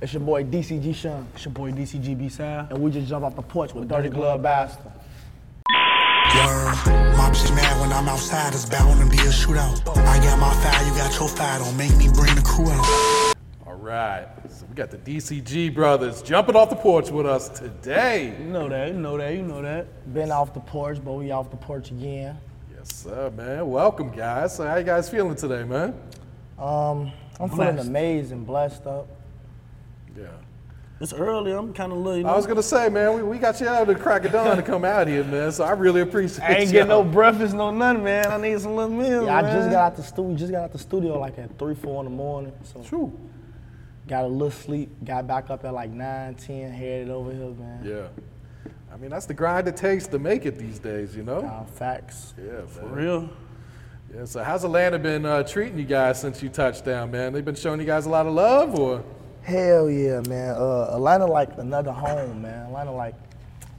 It's your boy DCG Sean, It's your boy DCGB Sal. and we just jump off the porch with Dirty Dirty Glove Glove Bastard. Word. Mops is mad when I'm outside, it's bound to be a shootout. I got my fire, you got your fire, don't make me bring the crew out. All right, so we got the DCG brothers jumping off the porch with us today. You know that, you know that, you know that. Been off the porch, but we off the porch again. Yes, sir, man. Welcome, guys. So how you guys feeling today, man? Um, I'm feeling Blessed. amazed and blessed up. Yeah. It's early, I'm kind of little, you know. I was gonna say, man, we, we got you out of the crack of dawn to come out here, man. So I really appreciate. I ain't y'all. getting no breakfast, no nothing, man. I need some little meal, Yeah, I just man. got out the studio. Just got out the studio like at three, four in the morning. So True. got a little sleep. Got back up at like nine, ten. Headed over here, man. Yeah. I mean, that's the grind it takes to make it these days, you know. Uh, facts. Yeah, For man. real. Yeah. So how's Atlanta been uh, treating you guys since you touched down, man? They've been showing you guys a lot of love, or? Hell yeah, man. Uh, Atlanta like another home, man. Atlanta like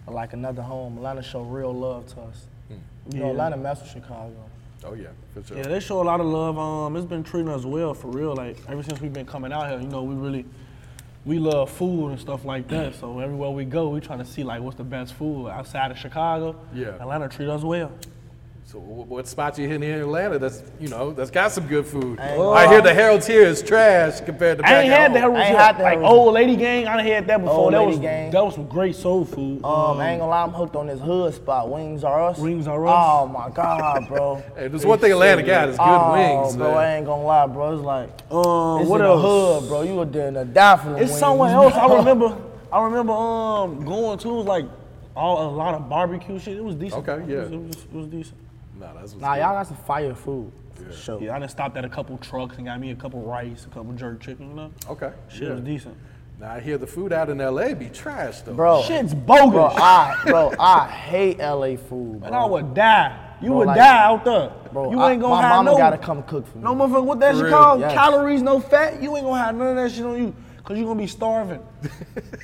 like another home. Atlanta show real love to us. You know, Yeah. Atlanta mess with Chicago. Oh yeah, for sure. Yeah, they show a lot of love. Um, it's been treating us well, for real. Like ever since we've been coming out here, you know, we really, we love food and stuff like that. So everywhere we go, we trying to see like what's the best food outside of Chicago. Yeah. Atlanta treat us well. So wh- what spot you hitting here in Atlanta? That's you know that's got some good food. Well, I hear the Herald's here is trash compared to. I back ain't at had that. home. I ain't like, had that like one. old lady gang. I done had that before. Old that Lady was Gang. that was some great soul food. Um, I ain't gonna lie, I'm hooked on this hood spot, Wings R Us. Wings R Us? Oh my God, bro. Hey, there's one thing Atlanta got is good oh, wings. bro. I man. ain't gonna lie, bro. It's like um, it's what in else? the hood, bro. You were there in a die for the It's wings, somewhere else. bro. I remember. I remember um going to it was like all a lot of barbecue shit. It was decent. Okay, yeah. It was, it was, it was decent. Nah, that's what's Nah, good. y'all got some fire food. For sure. Yeah, I done stopped at a couple trucks and got me a couple rice, a couple jerk chicken. You know, Okay. shit was Yeah. decent. Now I hear the food out in L.A. be trash though. Bro, Shit's bogus. bro, I, bro, I hate LA food, and I bro. would die. You Bro, would like- die out there. Bro, you I- ain't gonna my have mama no. gotta come cook for me. No motherfucker, what that For shit real, called? yes. Calories, no fat. You ain't gonna have none of that shit on you, cause you gonna be starving.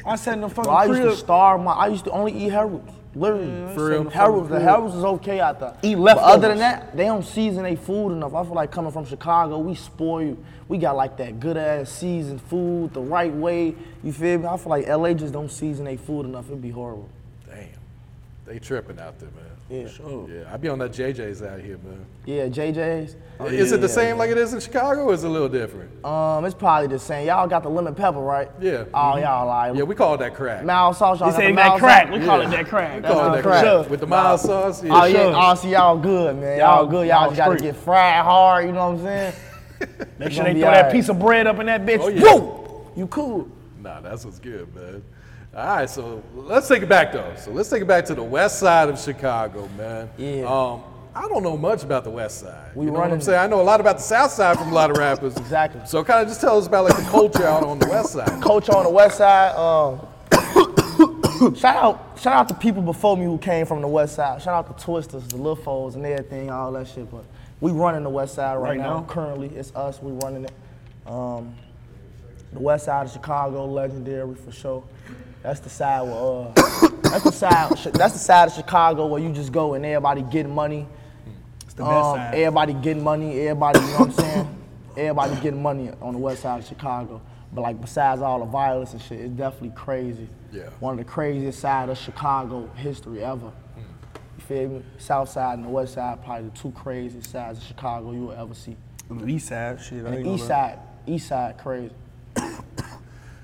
I sat in the fucking Bro, I used crib. to starve my. I used to only eat Harold's. Literally, For real? Harold's. The Harold's is okay out there. Eat But other leftovers. than that, they don't season their food enough. I feel like coming from Chicago, we spoil you. We got like that good ass seasoned food the right way. You feel me? I feel like LA just don't season their food enough. It'd be horrible. Damn, they tripping out there, man. Yeah. Sure. Yeah, I be on that JJ's out here, man. Yeah, JJ's. Oh, is it the same like it is in Chicago, or is it a little different? Oh, Um, it's probably the same. Y'all got the lemon pepper, right? Yeah. Oh, y'all like. yeah, we call it that crack. Mild sauce, y'all They got say the that mild crack. sauce? We call Yeah. it that crack. we call it That's that the crack. crack. Sure. with the mild sauce. Yeah. Oh yeah, Sure. oh, see y'all good, man. Y'all, Y'all- good. Y'all, y'all just gotta straight. get fried hard. You know what I'm saying? Make It's sure gonna they be throw that alright. piece of bread up in that bitch. Oh, yeah. Woo! You cool. Nah, that's what's good, man. All right, so let's take it back though. So let's take it back to the west side of Chicago, man. Yeah. Um, I don't know much about the west side. We you know what running I'm it. saying? I know a lot about the south side from a lot of rappers. Exactly. So kind of just tell us about like the culture out on the west side. Coach on the west side. Um, shout out, shout out to people before me who came from the west side. Shout out to Twisters, the Lil Foes, and everything, all that shit. But we running the west side right, Right now. now? Currently, it's us. We running it. Um, the west side of Chicago, legendary for sure. That's the side where, uh, that's the side, that's the side of Chicago where you just go and everybody getting money. It's the best Um, side. Everybody getting money. Everybody, you know what I'm saying? Everybody getting money on the west side of Chicago. But like besides all the violence and shit, it's definitely crazy. Yeah. One of the craziest side of Chicago history ever. You feel me? South side and the west side, probably the two craziest sides of Chicago you will ever see. The east side, shit. And I ain't the gonna east lie. side, east side crazy.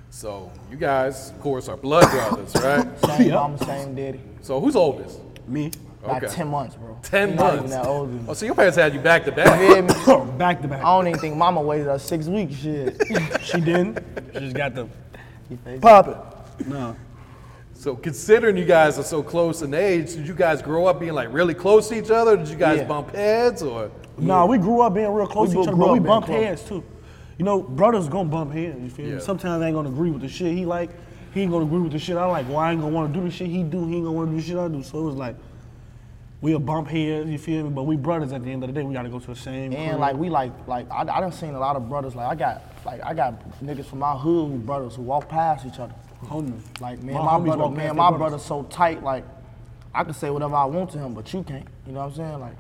So you guys, of course, are blood brothers, right? Same mama, same daddy. So who's oldest? Me. By Okay. ten months, bro. Ten He Not even months. that old. than me. Oh, so your parents had you back to back. Feel me? Back to back. I don't even think mama waited us six weeks. Shit. She didn't. She just got the. Pop it. No. So considering you guys are so close in age, did you guys grow up being like really close to each other? Did you guys Yeah. bump heads or? Nah, we grew up being real close We to each grew other, but up we being bumped close. heads too. You know, brothers gonna bump heads. You feel Yeah. me? Sometimes I ain't gonna agree with the shit he like. He ain't gonna agree with the shit I like. Well, I ain't gonna want to do the shit he do. He ain't gonna want to do the shit I do. So it was like, we'll bump heads. You feel me? But we brothers at the end of the day. We gotta go to the same. And crib. like we like like I, I done seen a lot of brothers. Like I got like I got niggas from my hood who brothers who walk past each other. homie. Like man, My my, homies brother, walk past man, they my brothers. brother's so tight. Like I can say whatever I want to him, but you can't. You know what I'm saying? Like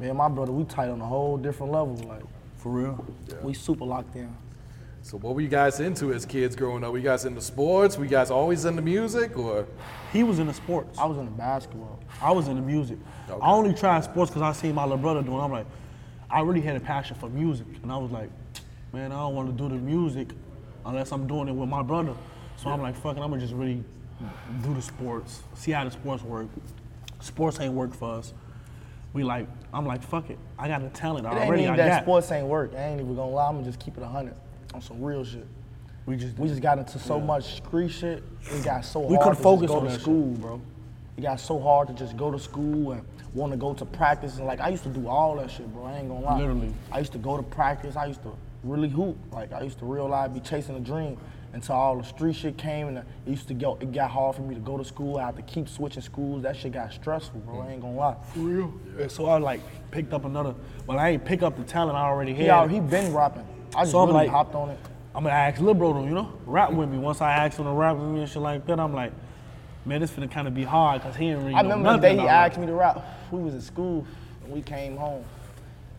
man, my brother, we tight on a whole different level. Like For real. we super locked in. So what were you guys into as kids growing up? Were you guys into sports? Were you guys always into music or? He was in the sports. I was in the basketball. I was into music. Okay. I only tried sports because I seen my little brother doing. I'm like, I really had a passion for music, and I was like, man, I don't want to do the music unless I'm doing it with my brother. So I'm like, fucking, I'm gonna just really do the sports, see how the sports work. Sports ain't work for us. We like, I'm like, fuck it. I got a talent It ain't already. I even got. that sports ain't work. I ain't even gonna lie. I'm gonna just keep it hundred on some real shit. We just, We just got into so much street shit. We got so We hard couldn't to focus just go on to that school, bro. It got so hard to just go to school and want to go to practice and like I used to do all that shit, bro. I ain't gonna lie. Literally. I used to go to practice. I used to really hoop. Like I used to real life be chasing a dream until all the street shit came and it used to go. It got hard for me to go to school. I had to keep switching schools. That shit got stressful, bro. I ain't gonna lie. real. So I like picked up another, but I ain't pick up the talent I already had. He out. He been rapping. I just So I'm really like- hopped on it. I'm gonna ask Lil Bro to, you know, rap with me. Once I asked him to rap with me and shit like that, I'm like, man, this finna kind of be hard because he ain't really I know remember the nothing day he about asked rap. me to rap. We was in school and we came home.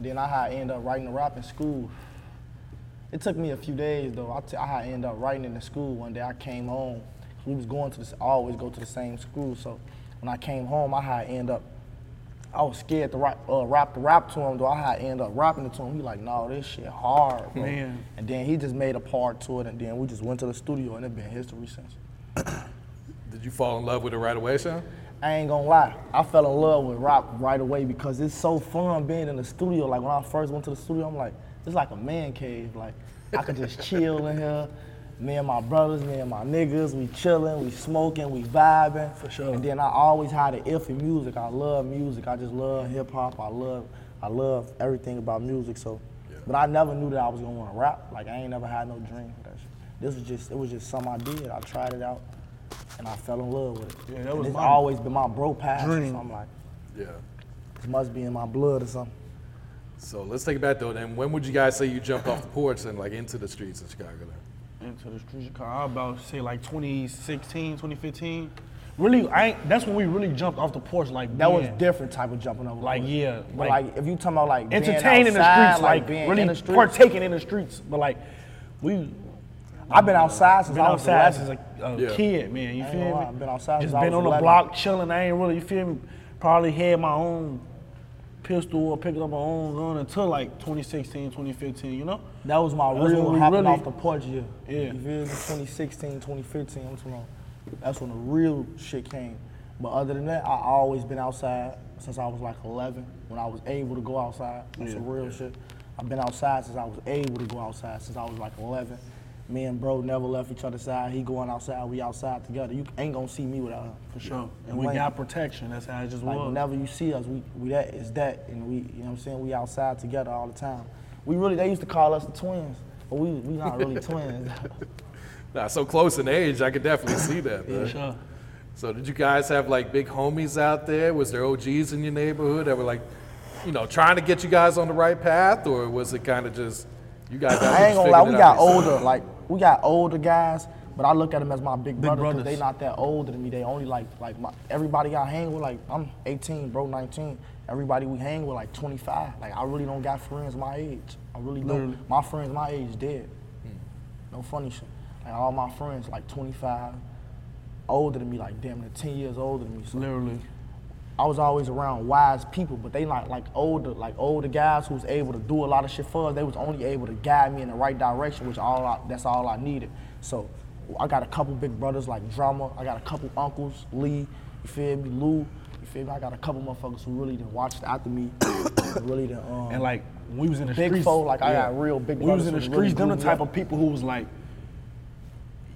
Then I had end up writing a rap in school. It took me a few days though. I, t- I had end up writing in the school. One day I came home. We was going to this. I always go to the same school. So when I came home, I had end up. I was scared to rap, uh, rap the rap to him. Though I had end up rapping it to him. He like, no, this shit hard, bro. Man. And then he just made a part to it, and then we just went to the studio, and it been history since. Did you fall in love with it right away, Sean? I ain't gonna lie, I fell in love with rap right away because it's so fun being in the studio. Like when I first went to the studio, I'm like, it's like a man cave. Like I could just chill in here. Me and my brothers, me and my niggas, we chilling, we smoking, we vibing. For sure. And then I always had an ear for music. I love music. I just love hip hop. I love, I love everything about music. So, but I never knew that I was gonna want to rap. Like I ain't never had no dream for that shit. This was just, it was just something I did. I tried it out, and I fell in love with it. Yeah, that And was it's mine. always been my bro passion. Dream. So I'm like, Yeah. this must be in my blood or something. So let's take it back though. Then when would you guys say you jumped off the porch and like into the streets of Chicago? Then? into the streets of Chicago. I about to say like 2016, 2015. Really, I ain't, that's when we really jumped off the porch. Like That man. was different type of jumping over. Like, the woods. yeah, But like, like, if you talking about like being Entertaining the outside, streets, like, being really in the streets, partaking in the streets. But like, we I've been outside since been I was 11. outside since a, a Yeah. kid, man. You I ain't feel gonna lie, me? I've been outside Just since I been was on the 11. block chilling. I ain't really, you feel me? Probably had my own pistol or picked up my own gun until like 2016, 2015. You know? That was my That's when real we hopping really- off the porch year. Yeah. You feel me? 2016, 2015, I'm talking about. That's when the real shit came. But other than that, I always been outside since I was like 11, when I was able to go outside. That's some real shit. I've been outside since I was able to go outside, since I was like 11. Me and bro never left each other's side. He going outside, we outside together. You ain't gonna see me without him. For sure. And we Lame. got protection. That's how it just Like was. whenever you see us, we, we that is that, and we you know what I'm saying we outside together all the time. We really they used to call us the twins, but we we not really twins. Nah, so close in age, I could definitely see that. For man. sure. So did you guys have like big homies out there? Was there OGs in your neighborhood that were like, you know, trying to get you guys on the right path, or was it kind of just you guys? out there I ain't just gonna lie, we figuring it out got yourself? older like we got older guys, but I look at them as my big, brother brothers. because they not that older than me. They only like like my, everybody I hang with like I'm 18, bro 19. Everybody we hang with like 25. Like I really don't got friends my age. I really Literally. don't. My friends my age dead. No funny shit. Like all my friends like 25, older than me, like damn near 10 years older than me. So Literally. I was always around wise people, but they like like older like older guys who was able to do a lot of shit for us. They was only able to guide me in the right direction, which all I, that's all I needed. So I got a couple big brothers like Drama. I got a couple uncles, Lee. You feel me, Lou. You feel me? I got a couple motherfuckers who really didn't watch after me. and really didn't. Um, And like when we was in the Big streets, foe, like, I got real big When we was brothers in the who really streets. them the grew type up. of people who was like,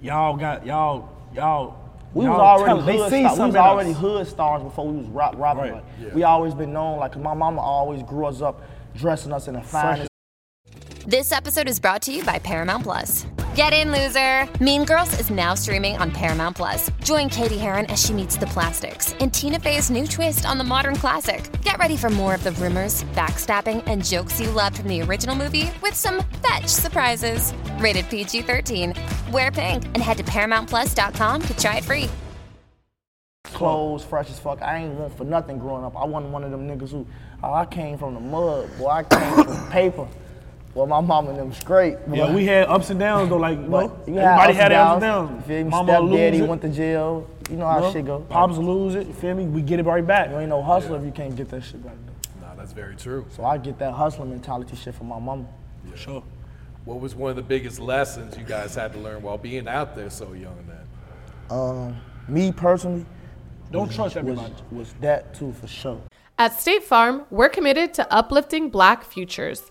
y'all got y'all y'all. We y'all was already tell- hood stars. they seen We was something in us. already hood stars before we was rock, robbing. Right. Like, Yeah. We always been known. Like 'cause my mama always grew us up dressing us in the finest This episode is brought to you by Paramount Plus. Get in, loser! Mean Girls is now streaming on Paramount Plus. Join Katie Heron as she meets the plastics and Tina Fey's new twist on the modern classic. Get ready for more of the rumors, backstabbing, and jokes you loved from the original movie with some fetch surprises. Rated PG 13. Wear pink and head to ParamountPlus.com to try it free. clothes, fresh as fuck. I ain't want for nothing growing up. I wasn't one of them niggas who, oh, I came from the mud, boy. I came from paper. Well, my mom and them straight. Boy. Yeah, we had ups and downs though. Like you know, But you everybody had ups ups and downs. You feel me? Mama Stepdaddy lose it. went to jail. You know how you know? shit go. Pops lose it. You feel me? We get it right back. you ain't no hustler if you can't get that shit back. Though. Nah, that's very true. So I get that hustler mentality shit from my mama. For sure. What was one of the biggest lessons you guys had to learn while being out there so young then? Me personally Don't trust was, everybody. was that too for sure. At State Farm, we're committed to uplifting black futures.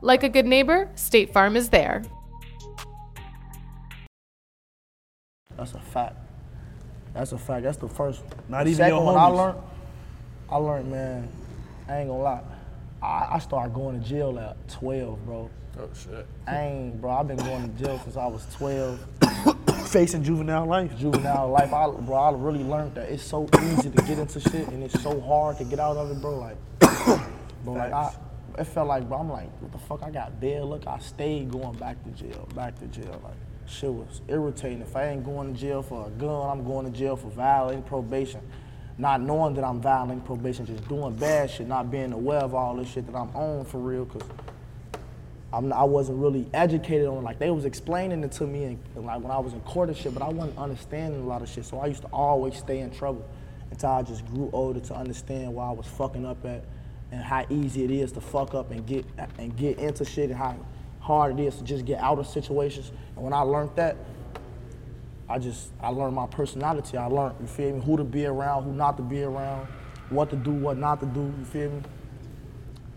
Like a good neighbor, State Farm is there. That's a fact. That's a fact. That's the first one. Not The even your second one I homies. learned, I learned, man, I ain't gonna lie. I, I started going to jail at 12, bro. Oh shit. I ain't, bro, I've been going to jail since I was 12. Facing juvenile life. Juvenile life, I, bro, I really learned that it's so easy to get into shit and it's so hard to get out of it, bro. Like, bro, like I, it felt like, bro, I'm like, what the fuck? I got bail. Look, I stayed going back to jail, back to jail. Like, shit was irritating. If I ain't going to jail for a gun, I'm going to jail for violating probation. Not knowing that I'm violating probation, just doing bad shit, not being aware of all this shit that I'm on for real, cause. I'm not, I wasn't really educated on it. Like they was explaining it to me, and, and, like when I was in court and shit, but I wasn't understanding a lot of shit. So I used to always stay in trouble until I just grew older to understand where I was fucking up at, and how easy it is to fuck up and get and get into shit, and how hard it is to just get out of situations. And when I learned that, I just I learned my personality. I learned you feel me who to be around, who not to be around, what to do, what not to do. You feel me?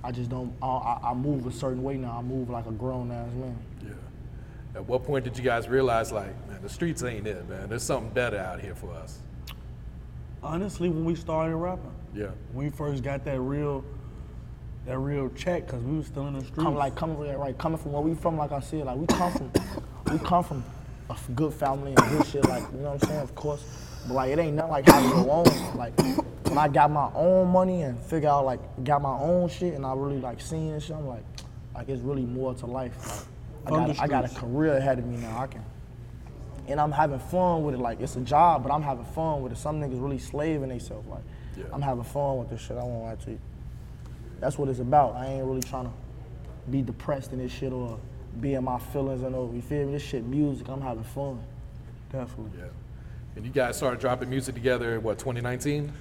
I just don't. I, I, I move a certain way now. I move like a grown ass man. Yeah. At what point did you guys realize like, man, the streets ain't it, man. There's something better out here for us. Honestly, when we started rapping, Yeah. we first got that real, that real check because we was still in the streets. Come like coming from that, right? Coming from where we from, like I said, like we come from, we come from a f- good family and good shit. Like you know what I'm saying? Of course, but like it ain't nothing like having your own. Like when I got my own money and figure out like got my own shit, and I really like seeing and shit. I'm like, like it's really more to life. Like, I, got, I got a Understood. career ahead of me now. I can. and I'm having fun with it. Like it's a job, but I'm having fun with it. Some niggas really slaving themselves. Like Yeah. I'm having fun with this shit. I won't lie to you. That's what it's about. I ain't really trying to be depressed in this shit or be in my feelings and all. You feel me? This shit, music. I'm having fun. definitely. Yeah. And you guys started dropping music together in what, 2019?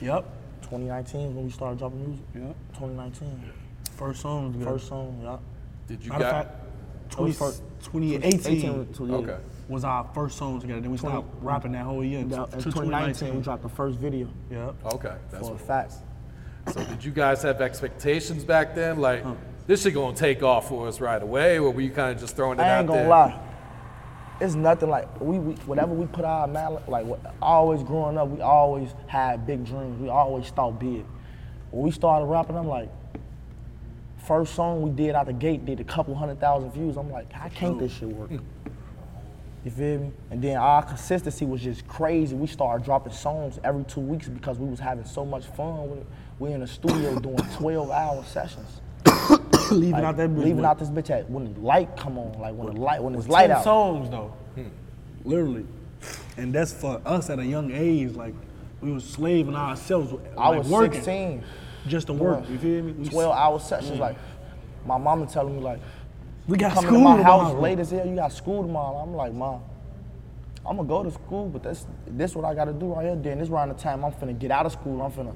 Yep. 2019 is when we started dropping music. Yeah. 2019. First songs. together. First song. Yeah. Did you Matter of guys fact, That was 20, first- 2018 18, yeah. Okay. was our first songs together. Then we Twenty- stopped rapping that whole year. Yeah, until in 2019, we dropped the first video. Yep. Okay. That's for a what fact. So did you guys have expectations back then? Like, this shit gonna take off for us right away, or were you kind of just throwing it I out ain't gonna there? lie. It's nothing like we, we whatever we put our mind like what, always growing up, we always had big dreams. We always thought big. When we started rapping, I'm like, first song we did out the gate did a couple hundred thousand views. I'm like, how can't this shit work? You feel me? And then our consistency was just crazy. We started dropping songs every two weeks because we was having so much fun with it. We in the studio doing 12 hour sessions. leaving Like, out that bitch. leaving with out this bitch at when the light come on, like when the light when it's 10 light out. Hmm. songs though, literally, and that's for us at a young age. Like we was slaving ourselves. I like, was working, 16. Just to work. You feel me? We- 12 hour sessions. Like, my mama telling me, like, We got coming school to my tomorrow. house late as hell, you got school tomorrow. I'm like, Mom, I'm gonna go to school, but that's this what I gotta do right here. Then this around the time I'm finna get out of school. I'm finna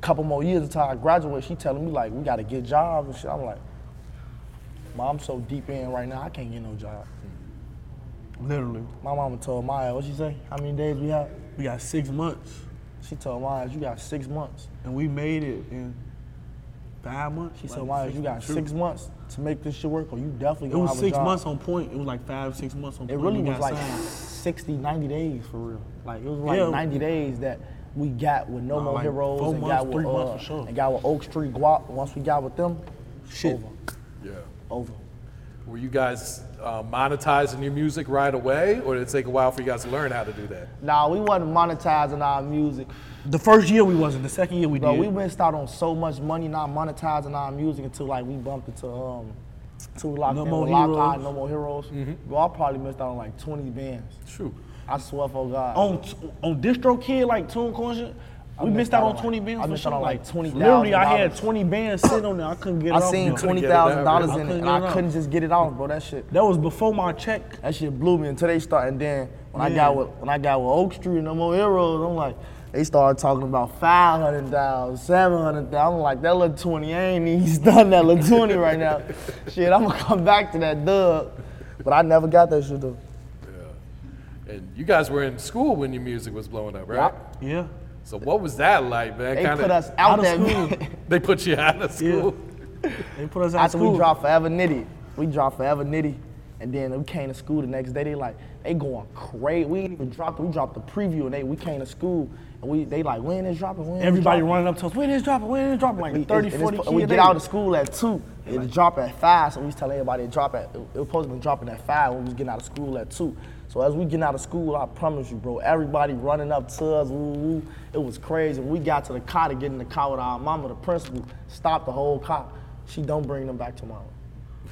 couple more years until I graduate. She telling me, like, we gotta get jobs and shit. I'm like, Mom, I'm so deep in right now, I can't get no job. Literally, My mama told Maya, what she say? How many days we have? we got six months, She told Maya, you got six months. and we made it in five months. She like, said, Maya, six you got months. True. six months to make this shit work, or you definitely It gonna was have a six job. months on point. It was like five, six months on It point. really we was got like signed. 60, 90 days for real. Like it was like Yeah. 90 days that we got with No Nah, More like Heroes four and months, got with three months uh, for sure. and got with Oak Street Guap. Once we got with them, Shit. over, Yeah. over. Were you guys uh, monetizing your music right away, or did it take a while for you guys to learn how to do that? Nah, we wasn't monetizing our music, The first year we wasn't. The second year we bro. did. We missed out on so much money not monetizing our music until like we bumped into um, two lock No In More with Lock Eye, Heroes. Mm-hmm. No More Heroes. Bro, I probably missed out on like 20 bands. Shoot. I swear for God. on on distro kid like TuneCore and shit, we missed missed out out on on, 20 like- bands. I for missed shit, out on, like, $20,000 Literally, I had 20 bands sitting on there. I couldn't get it I off. seen yo. twenty get it out, thousand dollars bro. in it, and I couldn't get it I couldn't out. just get it off, bro. That shit. That was before my check. That shit blew me until they start. And then when I Yeah. got with when I got with Oak Street and No More Heroes, I'm like, they started talking about 500,000, 700,000. I'm like, that little 20 I ain't he's done that little 20 right now. Shit, I'm gonna come back to that dub. But I never got that shit though. And you guys were in school when your music was blowing up, right? Yeah. So what was that like, man? They Kinda- put us out, Out of that school. They put you out of school. They put us out of After school. we dropped Forever Nitty, we dropped Forever Nitty, and then we came to school the next day. They like they going crazy. We ain't even dropped. it. We dropped the preview, and they we came to school, and we they like when is dropping? When is Everybody dropping? running up to us. When is dropping? When is dropping? Like We, 30, it's- 40 it's- kids. we they- get out of school at two. It drop at five, so we was telling everybody it drop at. It was supposed to be dropping at five when we was getting out of school at two. So as we getting out of school, I promise you, bro, everybody running up to us. Woo, woo. It was crazy. When we got to the car to get in the car with our mama, the principal stopped the whole car. She don't bring them back tomorrow.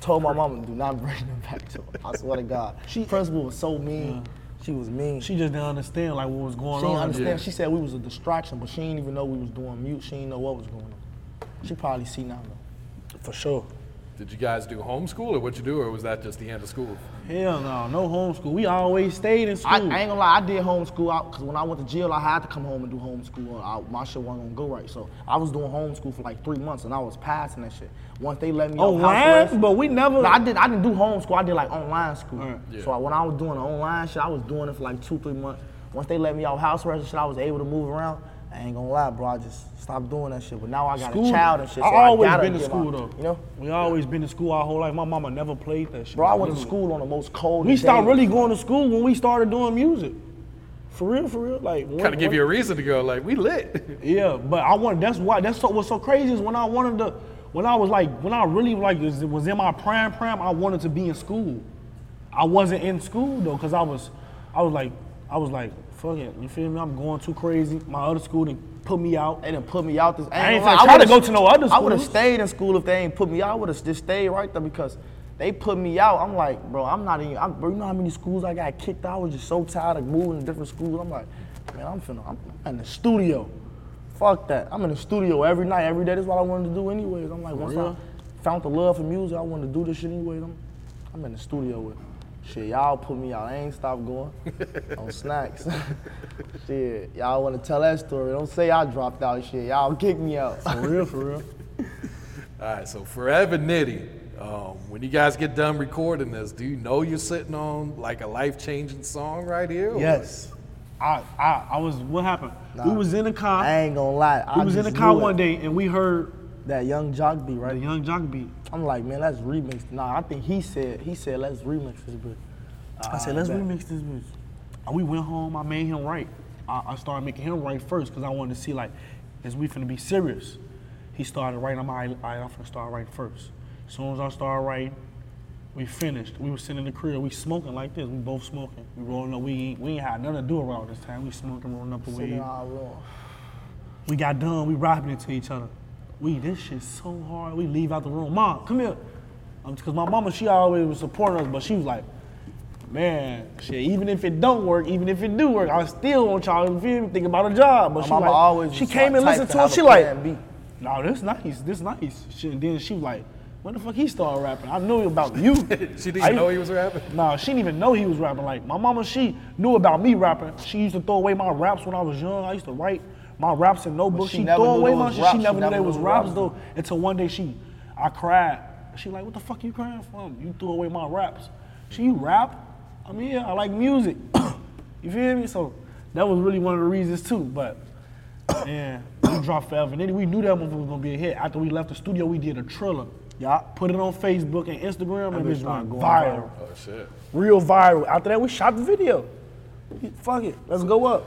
Told my mama, do not bring them back to her. I swear to God. She principal was so mean. She was mean. She just didn't understand like what was going She didn't on. understand. She said we was a distraction, but she didn't even know we was doing mute. She didn't know what was going on. She probably see now though. For sure. Did you guys do homeschool or what you do, or was that just the end of school? Hell no, no homeschool. We always stayed in school. I, I ain't gonna lie, I did homeschool because when I went to jail, I had to come home and do homeschool. Or I, my shit wasn't gonna go right, so I was doing homeschool for like three months, and I was passing that shit. Once they let me Oh, off house wow, arrest- but we never- No, I did. I didn't do homeschool. I did like online school. Alright. Yeah. So I, when I was doing the online shit, I was doing it for like two, three months. Once they let me off house arrest and shit, I was able to move around. I ain't gonna lie, bro. I just stopped doing that shit. But now I got School- a child and shit. So I I always gotta been to get school my- though. You know, we always been to school our whole life. My mama never played that shit. bro. I went to Literally. school on the most cold. Mm. We started really going to school when we started doing music. For real, for real. Like one- Kind of give one- you a reason to go, like, we lit. Yeah, but I want. That's why. That's so, what's so crazy is when I wanted to, when I was like, when I really like was was in my prime prime, I wanted to be in school. I wasn't in school though, cause I was, I was like, I was like, fuck it. You feel me? I'm going too crazy. My other school didn't put me out. They didn't put me out this. I ain't gonna finna lie, try to would've- go to no other I would have schools. stayed in school if they ain't put me out. I would have just stayed right there because they put me out. I'm like, bro, I'm not even. I'm, bro, you know how many schools I got kicked out? I was just so tired of moving to different schools. I'm like, man, I'm finna. I'm, I'm in the studio. Fuck that. I'm in the studio every night, every day. That's what I wanted to do anyways. I'm like, once Real? I found the love for music, I wanted to do this shit anyways. I'm, I'm in the studio with. Shit, y'all put me out. I ain't stop going on snacks. shit, y'all want to tell that story? Don't say I dropped out. Shit, y'all kick me out. For real, for real. All right, so forever nitty. Um, when you guys get done recording this, do you know you're sitting on like a life changing song right here? or- Yes. I, I, I was. What happened? we was in the car. I ain't gonna lie. I we was in the just car knew it. one day and we heard That young jock beat the right. Young Jock beat. I'm like, man, let's remix. Nah, I think he said he said let's remix this bit. I said, let's bet. remix this bitch. And we went home, I made him right. I, I started making him right first because I wanted to see, like, is we finna be serious? He started writing, I'm like, "All right, I'm finna start writing first. As soon as I started writing, we finished. We was sitting in the crib, we smoking like this, we both smoking. We rolling up, we ain't, we ain't had nothing to do around this time. We smoking, rolling up a Sitting in weed. our room. We got done. We rapping it to each other. We this shit so hard. We leave out the room. Mom, come here. Um, cause my mama, she always was supporting us, but she was like, man, shit. Even if it don't work, even if it do work, I still want y'all to feel me, think about a job. But My she mama like, always she was came my and type listened to to have us. a She like, plan B. no, this nice, this nice. Shit. And then she was like, when the fuck he started rapping? I knew about you. She didn't I- know he was rapping? Nah, she didn't even know he was rapping. Like my mama, she knew about me rapping. She used to throw away my raps when I was young. I used to write my raps in notebooks. she She, never throw knew away they my was shit. raps. She She never knew never they knew was they was raps raps, though. Until one day she, I cried. She like, what the fuck you crying from? You threw away my raps. She you rap? I mean, yeah, I like music. you feel me? So that was really one of the reasons too. But yeah, we dropped forever. And then we knew that motherfucker was gonna be a hit. After we left the studio, we did a triller. Yeah, put it on Facebook and Instagram, and bitch it just started went going viral Oh shit. real viral. After that, we shot the video. Fuck it, let's go up.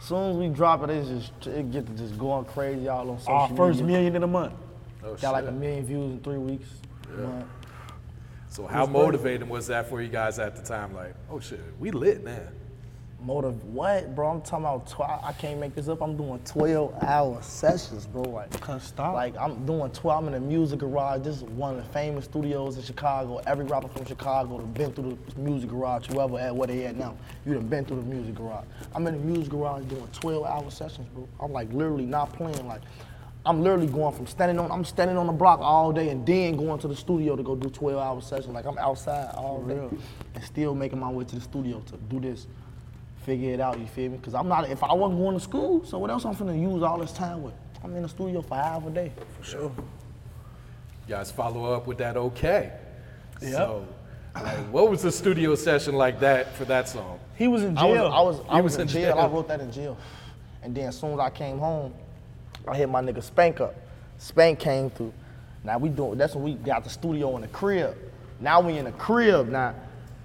Soon as we drop it, it's just it gets to just going crazy all on social Our first media. million in a month. Oh, shit. Got like a million views in three weeks. Month. so how motivating was that for you guys at the time? Like, oh shit, we lit now. Motive what, bro? I'm talking about. Tw- I can't make this up. I'm doing 12-hour sessions, bro. Like, Can't stop. Like, I'm doing 12. I'm in a music garage. This is one of the famous studios in Chicago. Every rapper from Chicago done been through the music garage. Whoever at where they at now, you done been through the music garage. I'm in the music garage doing 12-hour sessions, bro. I'm like literally not playing. Like, I'm literally going from standing on. I'm standing on the block all day and then going to the studio to go do 12-hour sessions. Like, I'm outside all day and still making my way to the studio to do this figure it out, you feel me? Because I'm not, if I wasn't going to school, so what else I'm finna use all this time with? I'm in the studio for half a day. For sure. You guys follow up with that okay. So like, what was the studio session like that for that song? He was in I was, jail. I was, I He was was in in jail. jail. I wrote that in jail. And then as soon as I came home, I hit my nigga Spank up. Spank came through. Now we doing, that's when we got the studio in the crib. Now we in the crib now.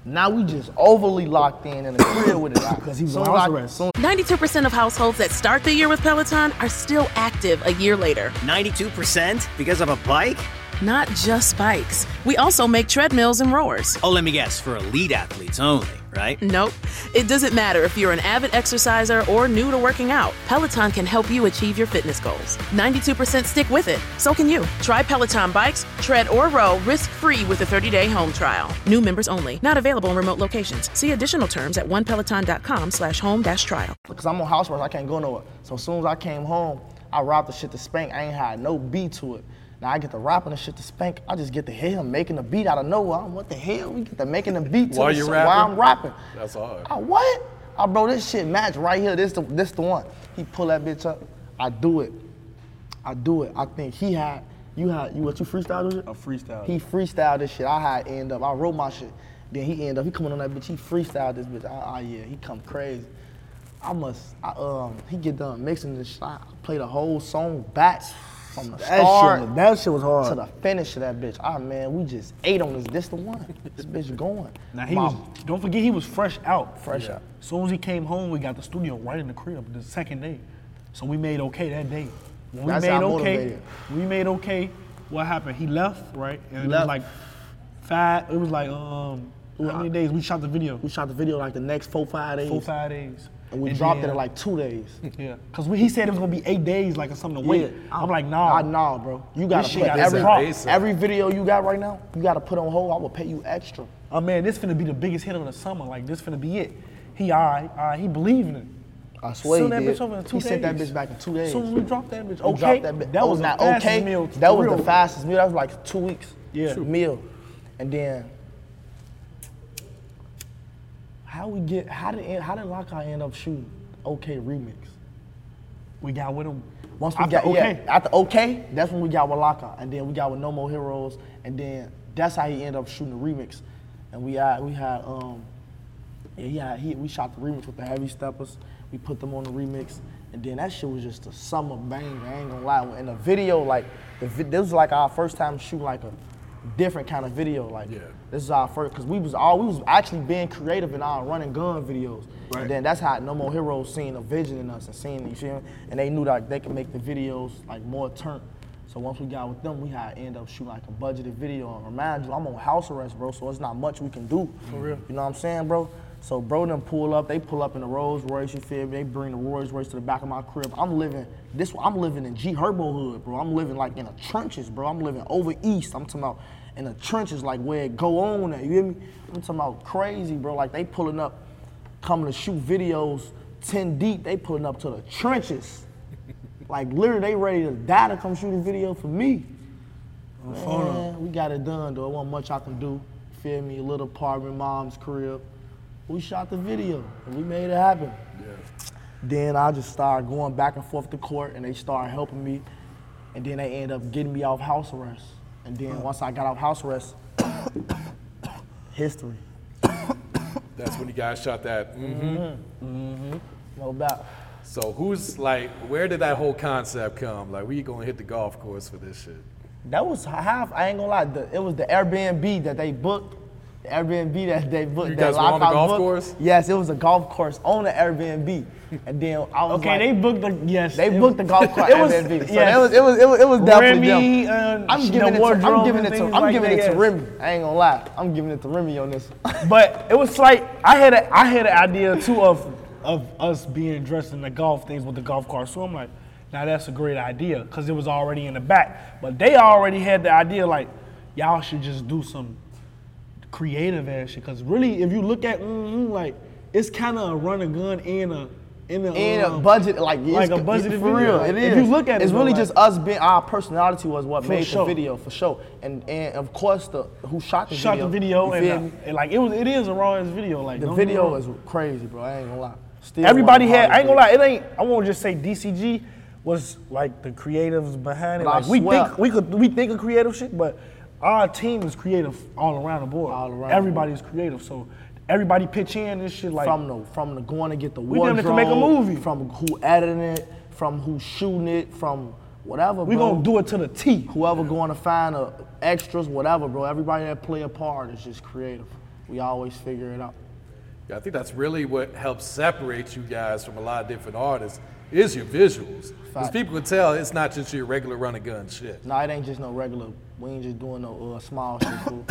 Now we just overly locked in in the crib with it. Because he was on house arrest. 92% of households that start the year with Peloton are still active a year later. 92% because of a bike? Not just bikes. We also make treadmills and rowers. Oh, let me guess, for elite athletes only, right? Nope. It doesn't matter if you're an avid exerciser or new to working out. Peloton can help you achieve your fitness goals. 92% stick with it. So can you. Try Peloton bikes, tread, or row risk-free with a 30-day home trial. New members only. Not available in remote locations. See additional terms at onepeloton.com slash home dash trial. Because I'm on house arrest, I can't go nowhere. So as soon as I came home, I robbed the shit to Spank. I ain't had no beat to it. Now I get to rapping the shit to Spank. I just get to hear him making a beat out of nowhere. I'm, what the hell? We get to making a beat to While the you're shit rapping? while I'm rapping. That's hard. I, what? I bro, this shit match right here. This the this the one. He pull that bitch up. I do it. I do it. I think he had you had you what you freestyled with it? I freestyled. He freestyled this shit. I had end up. I wrote my shit. Then he end up. He coming on that bitch. He freestyled this bitch. Ah ah, yeah. He come crazy. I must. I, um. He get done mixing this shit. I play the whole song back from the that, start shit, that shit was to hard. the finish of that bitch. Ah man, we just ate on this. This the one. This bitch going. Now he My- was. Don't forget, he was fresh out. Fresh out. As soon as he came home, we got the studio right in the crib the second day. So we made okay that day. When we That's made how okay. motivated. We made okay. What happened? He left, right? And it left. was like five. It was like um. How many days we shot the video? We shot the video like the next four five days. Four five days. And we dropped it then- in like two days. Yeah, cause we, he said it was gonna be eight days, like or something to wait. I'm like, nah, I nah, bro. You This gotta shit put gotta every be proper. ASAP. every video you got right now. You gotta put on hold. I will pay you extra. Oh man, this finna be the biggest hit of the summer. Like this finna be it. He alright, alright. He believed in it. I swear Soon he that did. bitch over in two he sent that days. bitch back in two days. Soon as we dropped that bitch. We Okay, dropped that, bit. that oh, was not the fastest okay. meal to That the was the real. fastest meal. That was like two weeks. Yeah. meal, and then how we get? How did it- how did Lockout end up shooting? Okay, remix. We got with him. Once we After got okay. yeah, after okay, that's when we got with Laka, and then we got with No More Heroes, and then that's how he ended up shooting the remix, and we had we had um Yeah, yeah. He, we shot the remix with the Heavy Steppers. We put them on the remix, and then that shit was just a summer banger. I ain't gonna lie. And the video, like, the vi- this was like our first time shooting like a different kind of video. Like, this is our first, cause we was all we was actually being creative in our run and gun videos. Right. And then that's how No More Heroes seen a vision in us and seen you feel me? And they knew that they could make the videos like more turnt. So once we got with them, we had end up shooting like a budgeted video. And remind you, I'm on house arrest, bro. So it's not much we can do. For real. You know what I'm saying, bro? So bro them pull up, they pull up in the Rolls Royce, you feel me? They bring the Rolls Royce to the back of my crib. I'm living this I'm living in G Herbo hood, bro. I'm living like in the trenches, bro. I'm living over east. I'm talking about in the trenches, like where it go on at, you hear me? I'm talking about crazy, bro. Like they pulling up, coming to shoot videos 10 deep, they pulling up to the trenches. like literally they ready to die to come shoot a video for me. Man, we got it done though. It wasn't much I can do. Feel me? Little apartment, mom's crib. We shot the video and we made it happen. Then I just started going back and forth to court and they started helping me. And then they ended up getting me off house arrest. And then once I got off house arrest, history. That's when you guys shot that. Mm-hmm. Mm-hmm. No doubt. So who's like, where did that whole concept come? Like, we gonna hit the golf course for this shit? That was half, I ain't gonna lie, the, it was the Airbnb that they booked. The Airbnb that they booked. You that guys were on the lockout golf booked. course? Yes, it was a golf course on the Airbnb. And then I was Okay, like- they booked the yes. They booked the golf course It was- Airbnb. So yes. that was, it was it was it was definitely Remy, them. uh, I'm the giving it to wardrobe I'm giving and it to things I'm like giving that, it to yes. Remy. I ain't gonna lie. I'm giving it to Remy on this. But it was like I had a, I had an idea too of of us being dressed in the golf things with the golf cart. So I'm like, now that's a great idea because it was already in the back. But they already had the idea like, y'all should just do some creative ass shit. Because really, if you look at mm, mm, like, it's kind of a run and gun and a in a, And a um, budget like it's- like a budgeted for video. real. It Like, is. If you look at it, it's though, really like- just us being our personality was what For made sure. the video for sure. And and of course the who shot the shot video. the video you and, feel uh, me? and, like it was it is a raw ass video like the don't get me video wrong. is crazy, bro. I ain't gonna lie. Still Everybody one of the had. I ain't gonna lie. hardest It ain't. I won't just say DCG was like the creatives behind it. But I Like we swear- think we could we think of creative shit, but our team is creative all around the board. All around. Everybody's creative, so everybody pitch in and shit like from the from the going to get the We damn wardrobe, near can make a movie. from who editing it, from who shooting it, from whatever. We bro. gonna do it to the T. Whoever going to find the extras, whatever, bro. Everybody that play a part is just creative. We always figure it out. Yeah, I think that's really what helps separate you guys from a lot of different artists is your visuals. Because Fact. people can tell it's not just your regular run and gun shit. No, it ain't just no regular. We ain't just doing no uh, small shit, fool.